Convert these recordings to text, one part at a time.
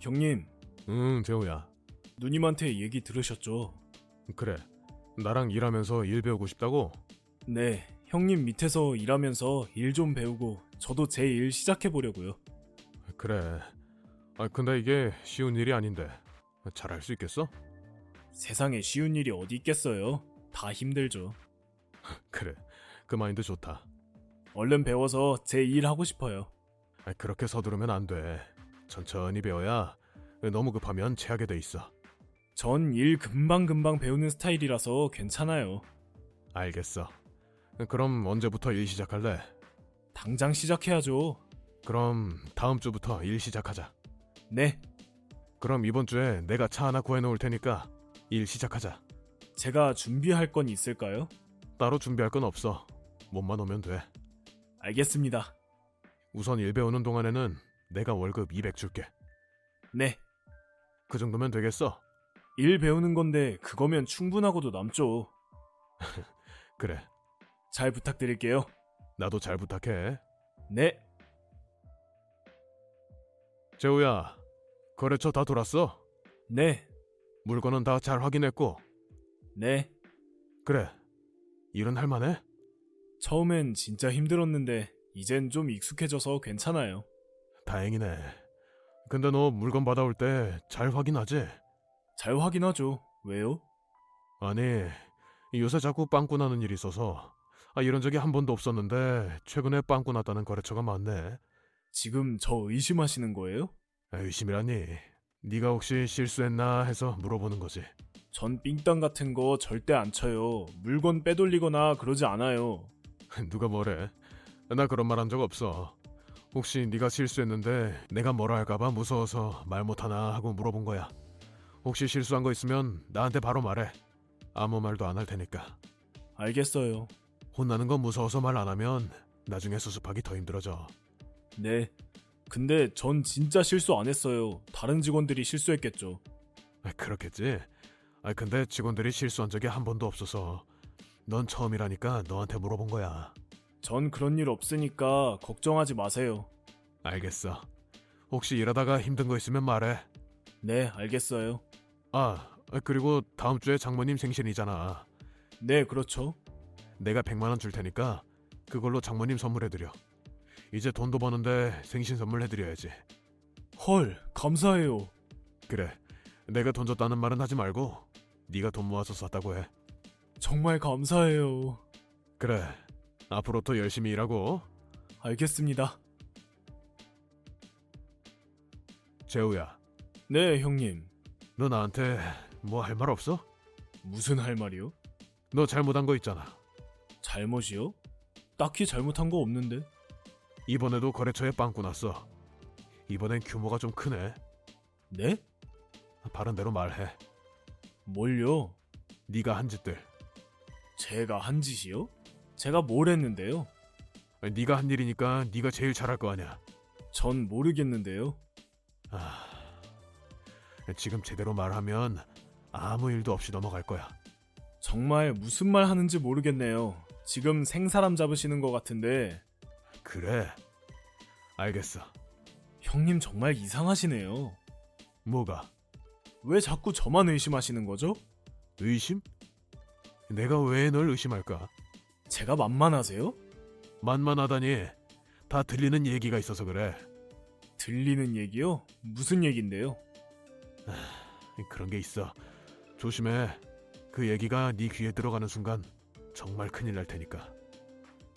형님, 응, 재호야. 누님한테 얘기 들으셨죠? 그래. 나랑 일하면서 일 배우고 싶다고? 네, 형님 밑에서 일하면서 일 좀 배우고 저도 제 일 시작해 보려고요. 그래. 아, 근데 이게 쉬운 일이 아닌데. 잘할 수 있겠어? 세상에 쉬운 일이 어디 있겠어요? 다 힘들죠. 그래. 그 마인드 좋다. 얼른 배워서 제 일 하고 싶어요. 아, 그렇게 서두르면 안 돼. 천천히 배워야 너무 급하면 체하게 돼 있어. 전 일 금방금방 배우는 스타일이라서 괜찮아요. 알겠어. 그럼 언제부터 일 시작할래? 당장 시작해야죠. 그럼 다음 주부터 일 시작하자. 네, 그럼 이번 주에 내가 차 하나 구해 놓을 테니까 일 시작하자. 제가 준비할 건 있을까요? 따로 준비할 건 없어. 몸만 오면 돼. 알겠습니다. 우선 일 배우는 동안에는 내가 월급 200 줄게. 네, 그 정도면 되겠어? 일 배우는 건데 그거면 충분하고도 남죠. 그래. 잘 부탁드릴게요. 나도 잘 부탁해. 네, 재호야, 거래처 다 돌았어? 네, 물건은 다 잘 확인했고. 네. 그래. 일은 할만해? 처음엔 진짜 힘들었는데 이젠 좀 익숙해져서 괜찮아요. 다행이네. 근데 너 물건 받아올 때 잘 확인하지? 잘 확인하죠. 왜요? 아니, 요새 자꾸 빵꾸 나는 일이 있어서. 아, 이런 적이 한 번도 없었는데 최근에 빵꾸 났다는 거래처가 많네. 지금 저 의심하시는 거예요? 아, 의심이라니. 네가 혹시 실수했나 해서 물어보는 거지. 전 삥땅 같은 거 절대 안 쳐요. 물건 빼돌리거나 그러지 않아요. 누가 뭐래? 나 그런 말 한 적 없어. 혹시 네가 실수했는데 내가 뭐라 할까봐 무서워서 말 못하나 하고 물어본 거야. 혹시 실수한 거 있으면 나한테 바로 말해. 아무 말도 안 할 테니까. 알겠어요. 혼나는 건 무서워서 말 안 하면 나중에 수습하기 더 힘들어져. 네. 근데 전 진짜 실수 안 했어요. 다른 직원들이 실수했겠죠. 아, 그렇겠지? 아, 근데 직원들이 실수한 적이 한 번도 없어서 넌 처음이라니까 너한테 물어본 거야. 전 그런 일 없으니까 걱정하지 마세요. 알겠어. 혹시 일하다가 힘든 거 있으면 말해. 네, 알겠어요. 아, 그리고 다음 주에 장모님 생신이잖아. 네, 그렇죠. 내가 100만 원 줄 테니까 그걸로 장모님 선물해 드려. 이제 돈도 버는데 생신 선물 해 드려야지. 헐, 감사해요. 그래. 내가 돈 줬다는 말은 하지 말고 네가 돈 모아서 썼다고 해. 정말 감사해요. 그래. 앞으로 더 열심히 일하고. 알겠습니다. 재우야. 네, 형님. 너 나한테 뭐 할 말 없어? 무슨 할 말이요? 너 잘못한 거 있잖아. 잘못이요? 딱히 잘못한 거 없는데. 이번에도 거래처에 빵꾸 났어. 이번엔 규모가 좀 크네. 네? 바른 대로 말해. 뭘요? 네가 한 짓들. 제가 한 짓이요? 제가 뭘 했는데요? 네가 한 일이니까 네가 제일 잘할 거 아니야. 전 모르겠는데요. 아, 지금 제대로 말하면 아무 일도 없이 넘어갈 거야. 정말 무슨 말 하는지 모르겠네요. 지금 생사람 잡으시는 것 같은데, 그래. 알겠어. 형님 정말 이상하시네요. 뭐가? 왜 자꾸 저만 의심하시는 거죠? 의심? 내가 왜 널 의심할까? 제가 만만하세요? 만만하다니. 다 들리는 얘기가 있어서 그래. 들리는 얘기요? 무슨 얘긴데요? 그런 게 있어. 조심해. 그 얘기가 네 귀에 들어가는 순간 정말 큰일 날 테니까.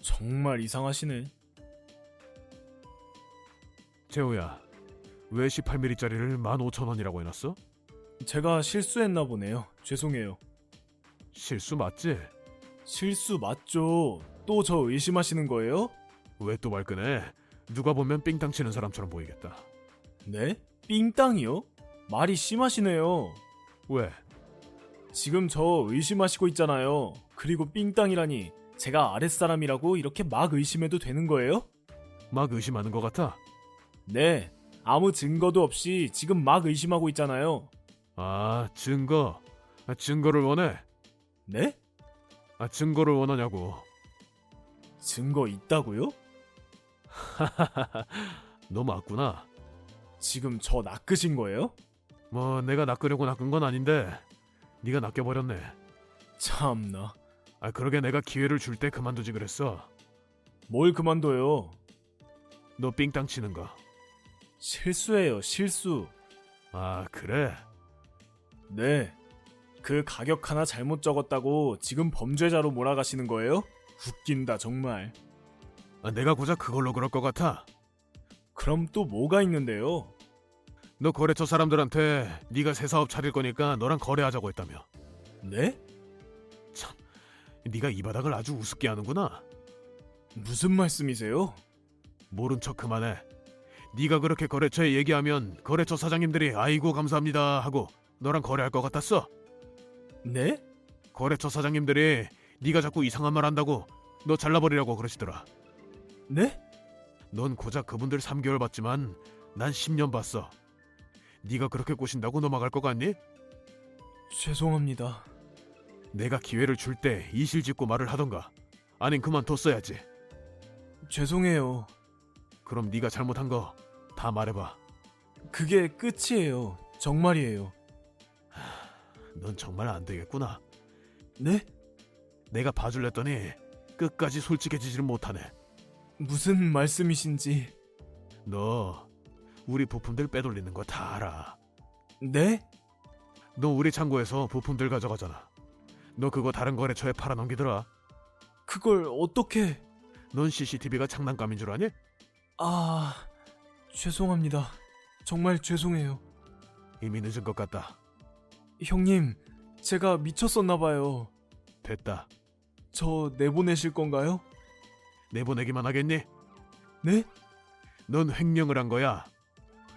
정말 이상하시네. 재호야, 왜 18mm짜리를 15,000원이라고 해놨어? 제가 실수했나 보네요. 죄송해요. 실수 맞지? 실수 맞죠? 또 저 의심하시는 거예요? 왜 또 말끈해? 누가 보면 삥땅 치는 사람처럼 보이겠다. 네? 삥땅이요? 말이 심하시네요. 왜? 지금 저 의심하시고 있잖아요. 그리고 삥땅이라니. 제가 아랫사람이라고 이렇게 막 의심해도 되는 거예요? 막 의심하는 것 같아? 네. 아무 증거도 없이 지금 막 의심하고 있잖아요. 아, 증거. 아, 증거를 원해. 네? 아, 증거를 원하냐고. 증거 있다고요? 너 맞구나. 지금 저 낚으신 거예요? 뭐 내가 낚으려고 낚은 건 아닌데 네가 낚여버렸네. 참나. 아 그러게 내가 기회를 줄 때 그만두지 그랬어. 뭘 그만둬요. 너 삥땅 치는 거. 실수예요, 실수. 아 그래? 네. 그 가격 하나 잘못 적었다고 지금 범죄자로 몰아가시는 거예요? 웃긴다, 정말. 아, 내가 고작 그걸로 그럴 것 같아. 그럼 또 뭐가 있는데요? 너 거래처 사람들한테 네가 새 사업 차릴 거니까 너랑 거래하자고 했다며. 네? 네가 이 바닥을 아주 우습게 하는구나. 무슨 말씀이세요? 모른 척 그만해. 네가 그렇게 거래처에 얘기하면 거래처 사장님들이 아이고 감사합니다 하고 너랑 거래할 것 같았어. 네? 거래처 사장님들이 네가 자꾸 이상한 말 한다고 너 잘라버리라고 그러시더라. 네? 넌 고작 그분들 3개월 봤지만 난 10년 봤어. 네가 그렇게 꼬신다고 넘어갈 것 같니? 죄송합니다. 내가 기회를 줄 때 이실직고 말을 하던가. 아닌 그만뒀어야지. 죄송해요. 그럼 네가 잘못한 거 다 말해봐. 그게 끝이에요. 정말이에요. 넌 정말 안 되겠구나. 네? 내가 봐줄랬더니 끝까지 솔직해지지를 못하네. 무슨 말씀이신지. 너 우리 부품들 빼돌리는 거 다 알아. 네? 너 우리 창고에서 부품들 가져가잖아. 너 그거 다른 거래처에 팔아넘기더라. 그걸 어떻게... 넌 CCTV가 장난감인 줄 아니? 아... 죄송합니다. 정말 죄송해요. 이미 늦은 것 같다. 형님, 제가 미쳤었나봐요. 됐다. 저 내보내실 건가요? 내보내기만 하겠니? 네? 넌 횡령을 한 거야.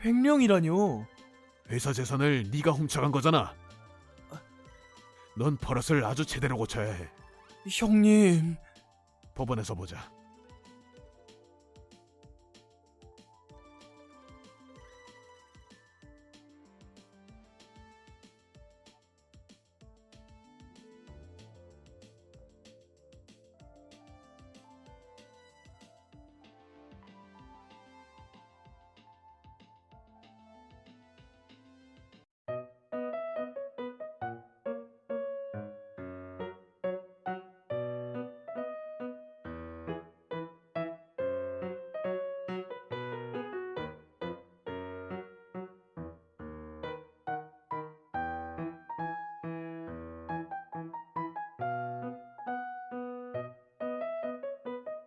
횡령이라뇨. 회사 재산을 네가 훔쳐간 거잖아. 넌 버릇을 아주 제대로 고쳐야 해. 형님... 법원에서 보자.